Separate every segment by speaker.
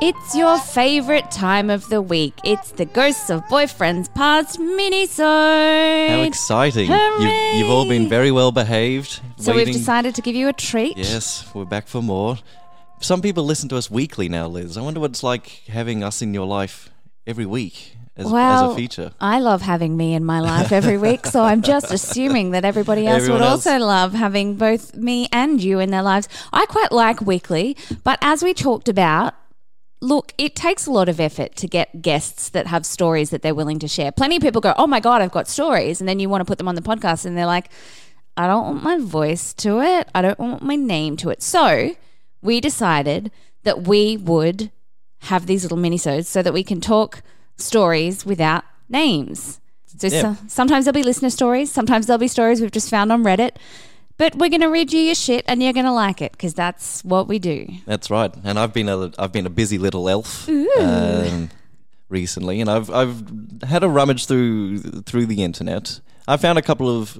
Speaker 1: It's your favorite time of the week. It's the Ghosts of Boyfriends Past mini-sode.
Speaker 2: How exciting. You've, you've all been
Speaker 1: Hooray!
Speaker 2: very well behaved.
Speaker 1: So
Speaker 2: waiting-
Speaker 1: we've decided to give you a treat.
Speaker 2: Yes, we're back for more. Some people listen to us weekly now, Liz. I wonder what it's like having us in your life every week as,
Speaker 1: Well,
Speaker 2: as a feature.
Speaker 1: I love having me in my life every week, so I'm just assuming that everybody else
Speaker 2: Everyone
Speaker 1: would
Speaker 2: else.
Speaker 1: also love having both me and you in their lives. I quite like weekly, but as we talked about, look, it takes a lot of effort to get guests that have stories that they're willing to share. Plenty of people go, "Oh my god, I've got stories," and then you want to put them on the podcast, and they're like, "I don't want my voice to it. I don't want my name to it." So we decided that we would have these little minisodes so that we can talk stories without names. So,
Speaker 2: Yeah.
Speaker 1: so- sometimes there'll be listener stories, sometimes there'll be stories we've just found on Reddit. But we're going to read you your shit and you're going to like it because that's what we do.
Speaker 2: That's right. And I've been a I've been a busy little elf um, recently, and I've I've had a rummage through through the internet. I found a couple of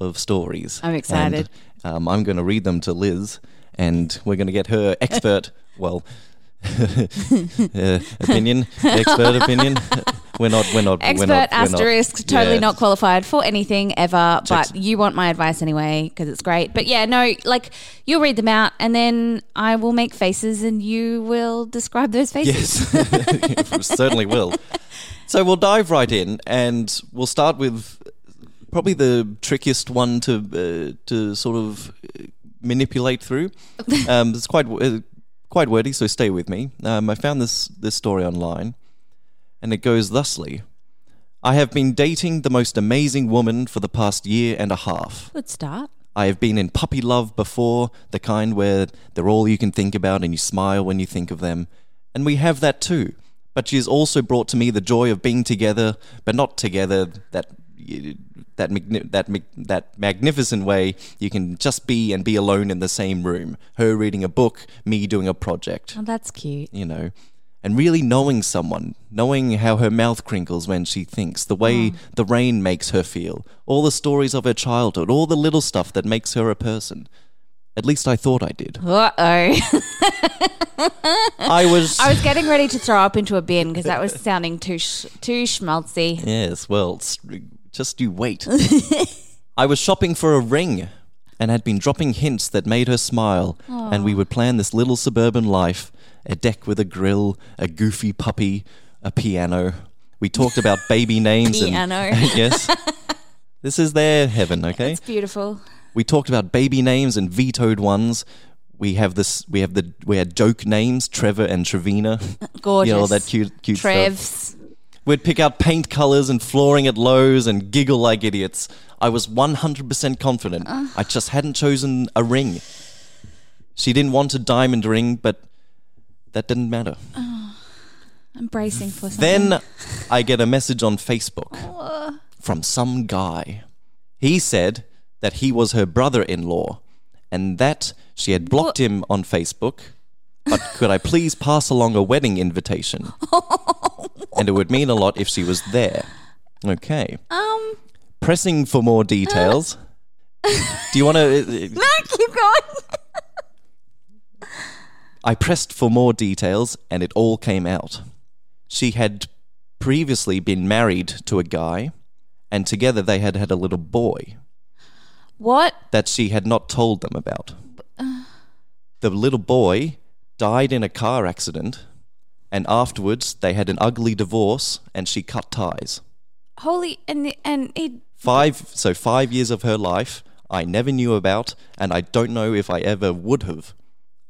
Speaker 2: of stories.
Speaker 1: I'm excited.
Speaker 2: And, um, I'm going to read them to Liz, and we're going to get her expert. well. uh, opinion, expert opinion. We're not. We're not. we're
Speaker 1: Expert
Speaker 2: not, we're not-
Speaker 1: asterisk, totally
Speaker 2: yeah.
Speaker 1: not qualified for anything ever,
Speaker 2: Checks-
Speaker 1: but you want my advice anyway because it's great. But yeah, no, like you'll read them out and then I will make faces and you will describe those faces.
Speaker 2: Yes, certainly will. So we'll dive right in, and we'll start with probably the trickiest one to uh, to sort of uh, manipulate through. Um, it's quite uh, quite wordy, so stay with me. Um, I found this this story online, and it goes thusly: I have been dating the most amazing woman for the past year and a half.
Speaker 1: Let's start.
Speaker 2: I have been in puppy love before, the kind where they're all you can think about and you smile when you think of them. And we have that too. But she has also brought to me the joy of being together, but not together that that magni- that mag- that magnificent way you can just be and be alone in the same room. Her reading a book, me doing a project
Speaker 1: Oh, that's cute.
Speaker 2: you know, and really knowing someone, knowing how her mouth crinkles when she thinks, the way
Speaker 1: Mm.
Speaker 2: the rain makes her feel, all the stories of her childhood, all the little stuff that makes her a person. At least I thought I did.
Speaker 1: Uh oh.
Speaker 2: I was.
Speaker 1: I was getting ready to throw up into a bin because that was sounding too sh- too schmaltzy.
Speaker 2: Yes, well, s- just you wait. I was shopping for a ring and had been dropping hints that made her smile, and we would plan this little suburban life a deck with a grill, a goofy puppy, a piano. We talked about baby names
Speaker 1: Piano.
Speaker 2: and yes. This is their heaven, okay?
Speaker 1: It's beautiful.
Speaker 2: we talked about baby names and vetoed ones. We have this. We have the. We had joke names, Trevor and Trevina.
Speaker 1: Gorgeous.
Speaker 2: You know all that cute, cute stuff.
Speaker 1: Trev's.
Speaker 2: We'd pick out paint colors and flooring at Lowe's and giggle like idiots. I was 100% confident. I just hadn't chosen a ring. She didn't want a diamond ring, but that didn't matter.
Speaker 1: I'm bracing for something.
Speaker 2: Then I get a message on Facebook from some guy. He said that he was her brother in law and that she had blocked him on Facebook. But could I please pass along a wedding invitation? and it would mean a lot if she was there. Okay.
Speaker 1: um,
Speaker 2: Pressing for more details. Do you want to?
Speaker 1: no, keep going.
Speaker 2: I pressed for more details and it all came out. She had previously been married to a guy, and together they had had a little boy
Speaker 1: What?
Speaker 2: that she had not told them about. The little boy died in a car accident, and afterwards they had an ugly divorce and she cut ties.
Speaker 1: Holy and and he
Speaker 2: Five, so five years of her life I never knew about, and I don't know if I ever would have.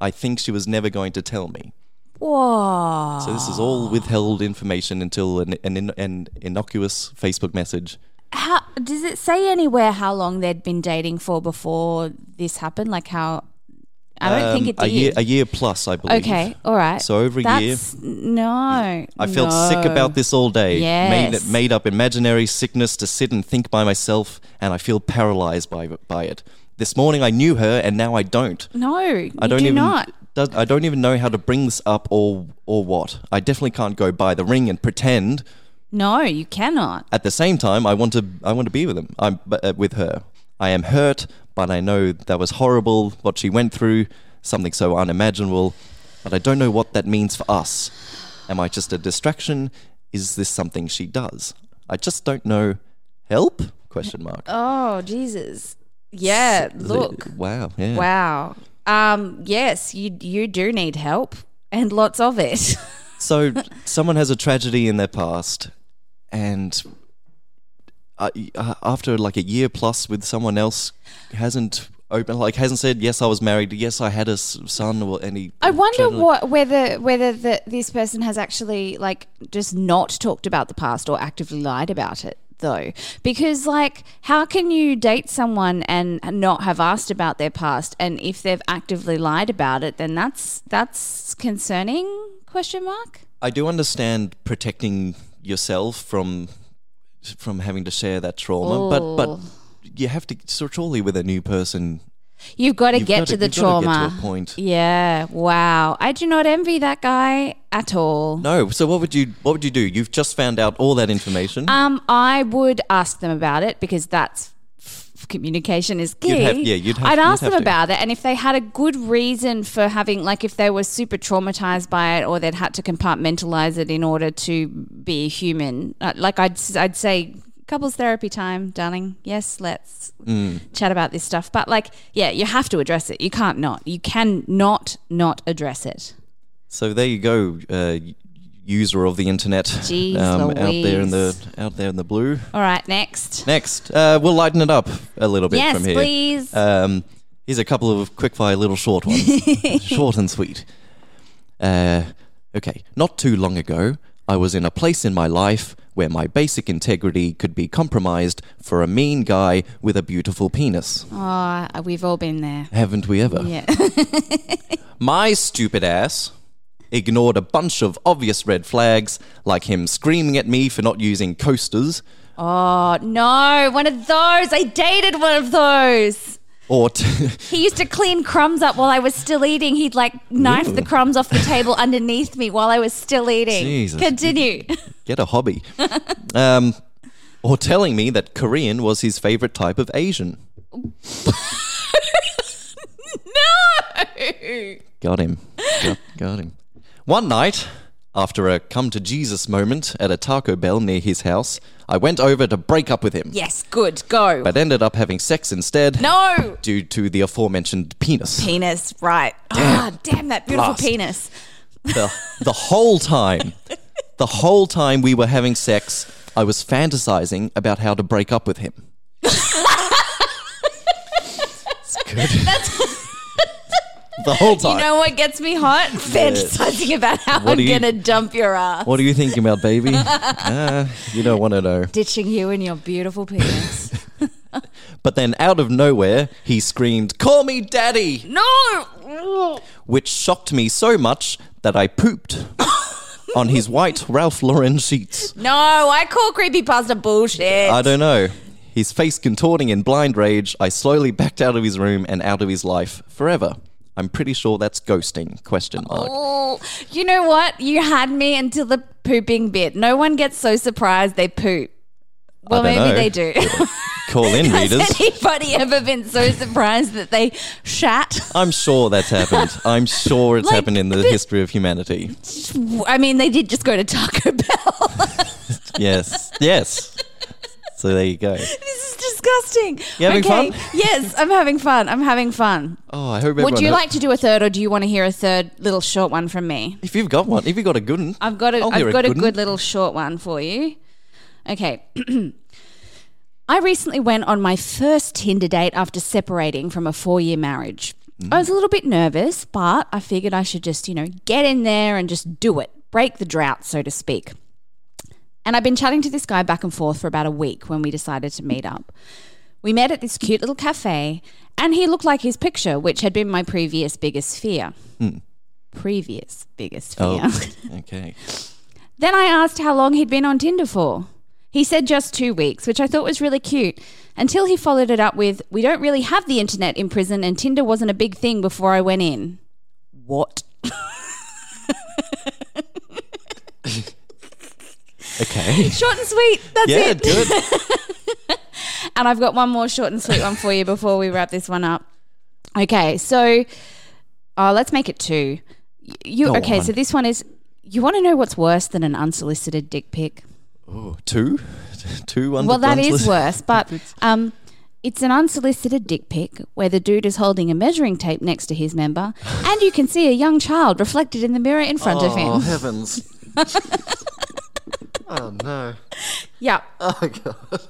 Speaker 2: I think she was never going to tell me.
Speaker 1: Whoa.
Speaker 2: So this is all withheld information until an, an, in- an innocuous Facebook message.
Speaker 1: How does it say anywhere how long they'd been dating for before this happened? Like how? I don't think
Speaker 2: Um,
Speaker 1: it did.
Speaker 2: a year, a year plus, I believe.
Speaker 1: okay, all right.
Speaker 2: So over a year.
Speaker 1: That's, No,
Speaker 2: I felt sick
Speaker 1: no.
Speaker 2: about this all day.
Speaker 1: Yes.
Speaker 2: Made, made up imaginary sickness to sit and think by myself, and I feel paralyzed by by it. This morning I knew her, and now I don't.
Speaker 1: No,
Speaker 2: I don't
Speaker 1: do
Speaker 2: even.
Speaker 1: not.
Speaker 2: Does, I don't even know how to bring this up or or what. I definitely can't go buy the ring and pretend.
Speaker 1: No, you cannot.
Speaker 2: At the same time, I want to I want to be with him. I'm but, uh, with her. I am hurt, but I know that was horrible. What she went through, something so unimaginable, but I don't know what that means for us. Am I just a distraction? Is this something she does? I just don't know. Help? Question mark.
Speaker 1: Oh Jesus. Yeah. Look.
Speaker 2: Wow. Yeah.
Speaker 1: Wow. Um. Yes, you you do need help and lots of it.
Speaker 2: So someone has a tragedy in their past, and uh, uh, after like a year plus with someone else, hasn't open like hasn't said yes I was married, yes I had a s- son, or any.
Speaker 1: I wonder
Speaker 2: tragedy."
Speaker 1: what whether whether the, this person has actually like just not talked about the past or actively lied about it though because like how can you date someone and not have asked about their past and if they've actively lied about it then that's that's concerning question mark
Speaker 2: I do understand protecting yourself from from having to share that trauma, but but
Speaker 1: Ooh.
Speaker 2: you have to so surely with a new person.
Speaker 1: you've got Oh. to
Speaker 2: You've
Speaker 1: get
Speaker 2: gotta-
Speaker 1: to the
Speaker 2: you've gotta get to
Speaker 1: trauma
Speaker 2: a point.
Speaker 1: yeah wow i do not envy that guy at all
Speaker 2: No, so what would you what would you do? You've just found out all that information.
Speaker 1: Um, I would ask them about it because that's f- communication is key.
Speaker 2: You'd have- yeah, you'd have-
Speaker 1: I'd
Speaker 2: you'd
Speaker 1: ask
Speaker 2: have
Speaker 1: them
Speaker 2: to.
Speaker 1: about it, and if they had a good reason for having, like, if they were super traumatized by it, or they'd had to compartmentalize it in order to be a human, uh, like I'd s- I'd say couples therapy time, darling. Yes, let's
Speaker 2: Mm.
Speaker 1: chat about this stuff. But like, yeah, you have to address it. You can't not. You can not not address it.
Speaker 2: So there you go, uh, user of the internet um,
Speaker 1: Jeez
Speaker 2: out there in the
Speaker 1: Louise.
Speaker 2: out there in the blue.
Speaker 1: All right, next.
Speaker 2: Next, uh, we'll lighten it up a little bit
Speaker 1: Yes,
Speaker 2: from here.
Speaker 1: please.
Speaker 2: Um, here's a couple of quickfire little short ones, short and sweet. Uh, okay, not too long ago, I was in a place in my life where my basic integrity could be compromised for a mean guy with a beautiful penis.
Speaker 1: oh, we've all been there.
Speaker 2: Haven't we ever?
Speaker 1: Yeah.
Speaker 2: My stupid ass ignored a bunch of obvious red flags, like him screaming at me for not using coasters
Speaker 1: Oh no, one of those. I dated one of those.
Speaker 2: or t-
Speaker 1: He used to clean crumbs up while I was still eating. He'd like knife the crumbs off the table underneath me while I was still eating.
Speaker 2: Jesus.
Speaker 1: Continue.
Speaker 2: get a hobby, um, or telling me that Korean was his favorite type of Asian.
Speaker 1: no.
Speaker 2: Got him. Got, got him. One night, after a come to Jesus moment at a Taco Bell near his house, I went over to break up with him,
Speaker 1: Yes, good. Go.
Speaker 2: but ended up having sex instead
Speaker 1: no.
Speaker 2: due to the aforementioned penis.
Speaker 1: Penis, right. Ah, damn that beautiful
Speaker 2: Blast.
Speaker 1: penis.
Speaker 2: the, the whole time, the whole time we were having sex, I was fantasizing about how to break up with him. it's good. the whole time.
Speaker 1: You know what gets me hot? Fantasizing about how
Speaker 2: What
Speaker 1: I'm
Speaker 2: do you-
Speaker 1: going to dump your ass.
Speaker 2: what are you thinking about, baby? Ah, you don't want to know.
Speaker 1: Ditching you and your beautiful penis.
Speaker 2: But then, out of nowhere, he screamed, Call me daddy!
Speaker 1: no.
Speaker 2: Which shocked me so much that I pooped on his white Ralph Lauren sheets.
Speaker 1: No, I call creepypasta bullshit.
Speaker 2: I don't know. His face contorting in blind rage, I slowly backed out of his room and out of his life forever. I'm pretty sure that's ghosting. Question mark.
Speaker 1: Oh, you know what? You had me until the pooping bit. No one gets so surprised they poop. Well,
Speaker 2: don't
Speaker 1: maybe
Speaker 2: know.
Speaker 1: they do.
Speaker 2: Call in
Speaker 1: Has
Speaker 2: readers.
Speaker 1: anybody ever been so surprised that they shat?
Speaker 2: I'm sure that's happened. I'm sure it's
Speaker 1: Like,
Speaker 2: happened in the
Speaker 1: but-
Speaker 2: history of humanity.
Speaker 1: I mean, they did just go to Taco Bell.
Speaker 2: Yes. Yes. So there you go.
Speaker 1: this is disgusting.
Speaker 2: You having
Speaker 1: okay.
Speaker 2: fun?
Speaker 1: yes, I'm having fun. I'm having fun.
Speaker 2: Oh, I hope everyone.
Speaker 1: Would you
Speaker 2: ha-
Speaker 1: like to do a third, or do you want to hear a third little short one from me?
Speaker 2: If you've got one, if you've got a good one,
Speaker 1: I've got a,
Speaker 2: I'll hear
Speaker 1: I've got a
Speaker 2: good
Speaker 1: good
Speaker 2: one.
Speaker 1: little short one for you. Okay. I recently went on my first Tinder date after separating from a four year marriage.
Speaker 2: Mm.
Speaker 1: I was a little bit nervous, but I figured I should just, you know, get in there and just do it, break the drought, so to speak. And I've been chatting to this guy back and forth for about a week when we decided to meet up. We met at this cute little cafe, and he looked like his picture, which had been my previous biggest fear. Previous biggest fear.
Speaker 2: Hmm. Oh, okay.
Speaker 1: Then I asked how long he'd been on Tinder for. He said just two weeks, which I thought was really cute, until he followed it up with, We don't really have the internet in prison, and Tinder wasn't a big thing before I went in. What?
Speaker 2: Okay.
Speaker 1: Short and sweet. That's
Speaker 2: yeah,
Speaker 1: it.
Speaker 2: do it.
Speaker 1: And I've got one more short and sweet one for you before we wrap this one up. Okay, so oh, let's make it two. Y- You
Speaker 2: Go
Speaker 1: okay?
Speaker 2: on.
Speaker 1: So this one is. You want to know what's worse than an unsolicited dick pic?
Speaker 2: Ooh, Oh, two? Two under
Speaker 1: well, that is
Speaker 2: Brunswick?
Speaker 1: worse, but um, it's an unsolicited dick pic where the dude is holding a measuring tape next to his member, and you can see a young child reflected in the mirror in front of
Speaker 2: Oh,
Speaker 1: him.
Speaker 2: heavens. oh, no.
Speaker 1: Yep.
Speaker 2: Oh, God.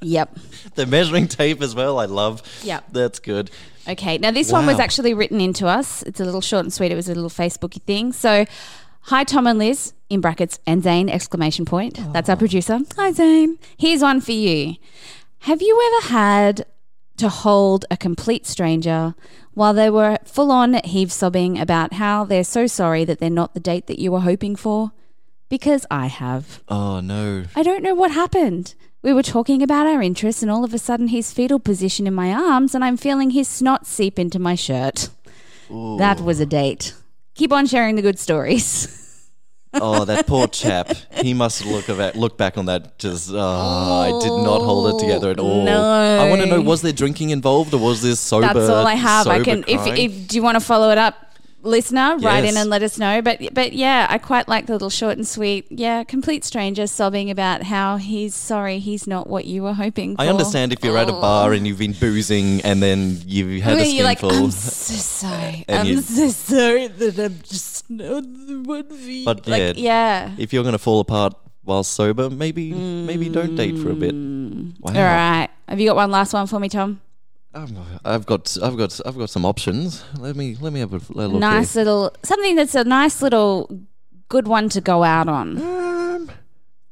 Speaker 1: Yep.
Speaker 2: The measuring tape as well, I love.
Speaker 1: Yep.
Speaker 2: That's good.
Speaker 1: Okay. Now, this one was
Speaker 2: Wow.
Speaker 1: actually written into us. It's a little short and sweet. It was a little Facebooky thing. So, hi, Tom and Liz, in brackets, and Zane, exclamation point. That's our producer. Hi, Zane. Here's one for you. Have you ever had to hold a complete stranger while they were full on heave sobbing about how they're so sorry that they're not the date that you were hoping for? Because I have.
Speaker 2: Oh, no.
Speaker 1: I don't know what happened. We were talking about our interests, and all of a sudden, his fetal position in my arms, and I'm feeling his snot seep into my shirt. That was a date. Keep on sharing the good stories.
Speaker 2: Oh, that poor chap. He must look of look back on that. Just oh, I did not hold it together at all.
Speaker 1: No.
Speaker 2: I want to know: was there drinking involved, or was this sober?
Speaker 1: That's all I have. I
Speaker 2: sober
Speaker 1: can. If,
Speaker 2: crying?
Speaker 1: if do you want to follow it up, listener, write in
Speaker 2: Yes.
Speaker 1: and let us know. But but yeah, I quite like the little short and sweet. Yeah, complete stranger sobbing about how he's sorry he's not what you were hoping. for.
Speaker 2: I understand if you're at a bar and you're boozing and then you had a
Speaker 1: Well, Oh. you're like,
Speaker 2: skinful.
Speaker 1: I'm so sorry.
Speaker 2: And
Speaker 1: I'm
Speaker 2: you-
Speaker 1: so sorry that I'm just not the one for you.
Speaker 2: But
Speaker 1: like, yeah.
Speaker 2: if you're gonna fall apart while sober, maybe maybe don't date for a bit. Wow.
Speaker 1: Mm. All right. Have you got one last one for me, Tom?
Speaker 2: Um, I've got I've got I've got some options. Let me let me have a little look.
Speaker 1: nice little something that's a nice little good one to go out on.
Speaker 2: Here. Um,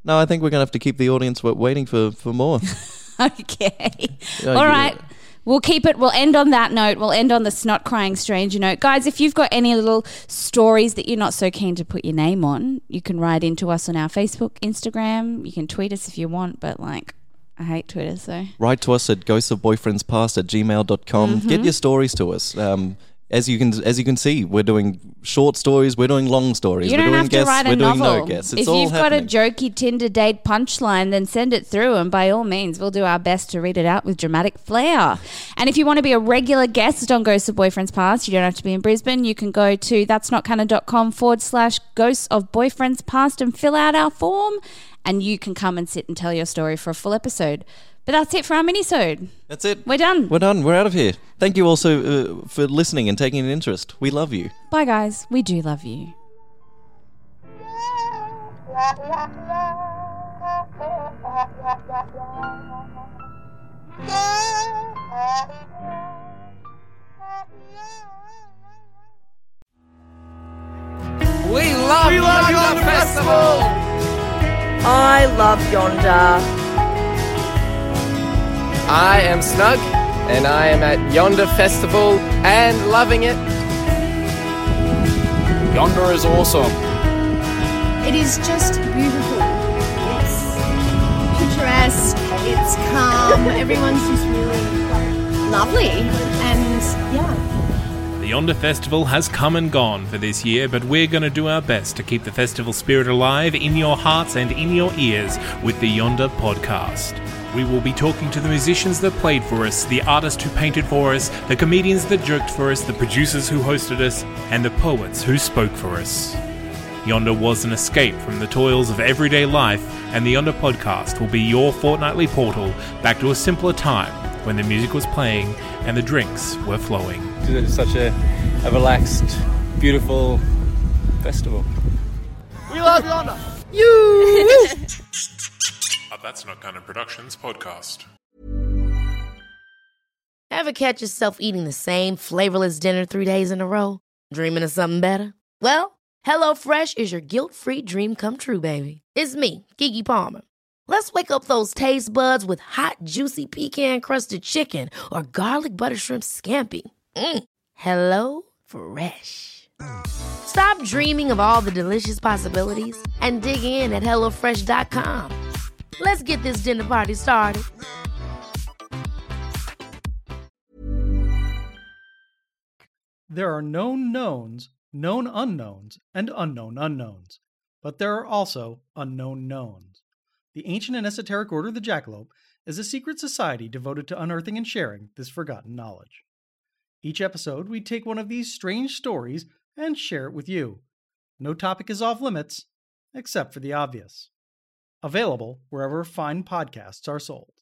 Speaker 2: no, I think we're gonna have to keep the audience wa- waiting for for more.
Speaker 1: okay.
Speaker 2: Mm. Yeah,
Speaker 1: All
Speaker 2: you-
Speaker 1: right. We'll keep it. We'll end on that note. We'll end on the snot crying stranger note. Guys, if you've got any little stories that you're not so keen to put your name on, you can write into us on our Facebook, Instagram. You can tweet us if you want, but like, I hate Twitter, so.
Speaker 2: write to us at ghosts of boyfriends past at gmail.com
Speaker 1: Mm-hmm.
Speaker 2: get your stories to us um, as you can as you can see we're doing short stories we're doing long stories
Speaker 1: You
Speaker 2: we're
Speaker 1: don't
Speaker 2: doing
Speaker 1: have to
Speaker 2: guests
Speaker 1: write a
Speaker 2: we're doing
Speaker 1: novel.
Speaker 2: no guests it's
Speaker 1: if
Speaker 2: all
Speaker 1: you've
Speaker 2: happening.
Speaker 1: got a jokey Tinder date punchline, then send it through, and by all means, we'll do our best to read it out with dramatic flair. And if you want to be a regular guest on Ghosts of Boyfriends Past, you don't have to be in Brisbane. You can go to that'snotcanon.com forward slash Ghosts of Boyfriends Past and fill out our form, and you can come and sit and tell your story for a full episode. But that's it for our minisode.
Speaker 2: that's it
Speaker 1: We're done.
Speaker 2: we're done we're out of here thank you also uh, for listening and taking an interest we love you
Speaker 1: Bye, guys. We do love you.
Speaker 3: We love, we love Yonder Festival.
Speaker 4: I love Yonder.
Speaker 3: I am Snug, and I am at Yonder Festival and loving it. Yonder is awesome.
Speaker 5: It is just beautiful. It's picturesque, it's calm, everyone's just really lovely. And yeah,
Speaker 6: The Yonder Festival has come and gone for this year, but we're going to do our best to keep the festival spirit alive in your hearts and in your ears with the Yonder podcast. We will be talking to the musicians that played for us, the artists who painted for us, the comedians that joked for us, the producers who hosted us, and the poets who spoke for us. Yonder was an escape from the toils of everyday life, and the Yonder podcast will be your fortnightly portal back to a simpler time when the music was playing and the drinks were flowing.
Speaker 7: It's such a, a relaxed, beautiful festival.
Speaker 3: We love Yonder.
Speaker 6: Uh, A That's Not Kind of Productions podcast.
Speaker 8: Ever catch yourself eating the same flavorless dinner three days in a row? Dreaming of something better? Well, HelloFresh is your guilt free dream come true, baby. It's me, Gigi Palmer. Let's wake up those taste buds with hot, juicy pecan crusted chicken or garlic butter shrimp scampi. Mm. Hello Fresh. Stop dreaming of all the delicious possibilities and dig in at HelloFresh.com. Let's get this dinner party started.
Speaker 9: There are known knowns, known unknowns, and unknown unknowns. But there are also unknown knowns. The ancient and esoteric order of the Jackalope is a secret society devoted to unearthing and sharing this forgotten knowledge. Each episode, we take one of these strange stories and share it with you. No topic is off limits, except for the obvious. Available wherever fine podcasts are sold.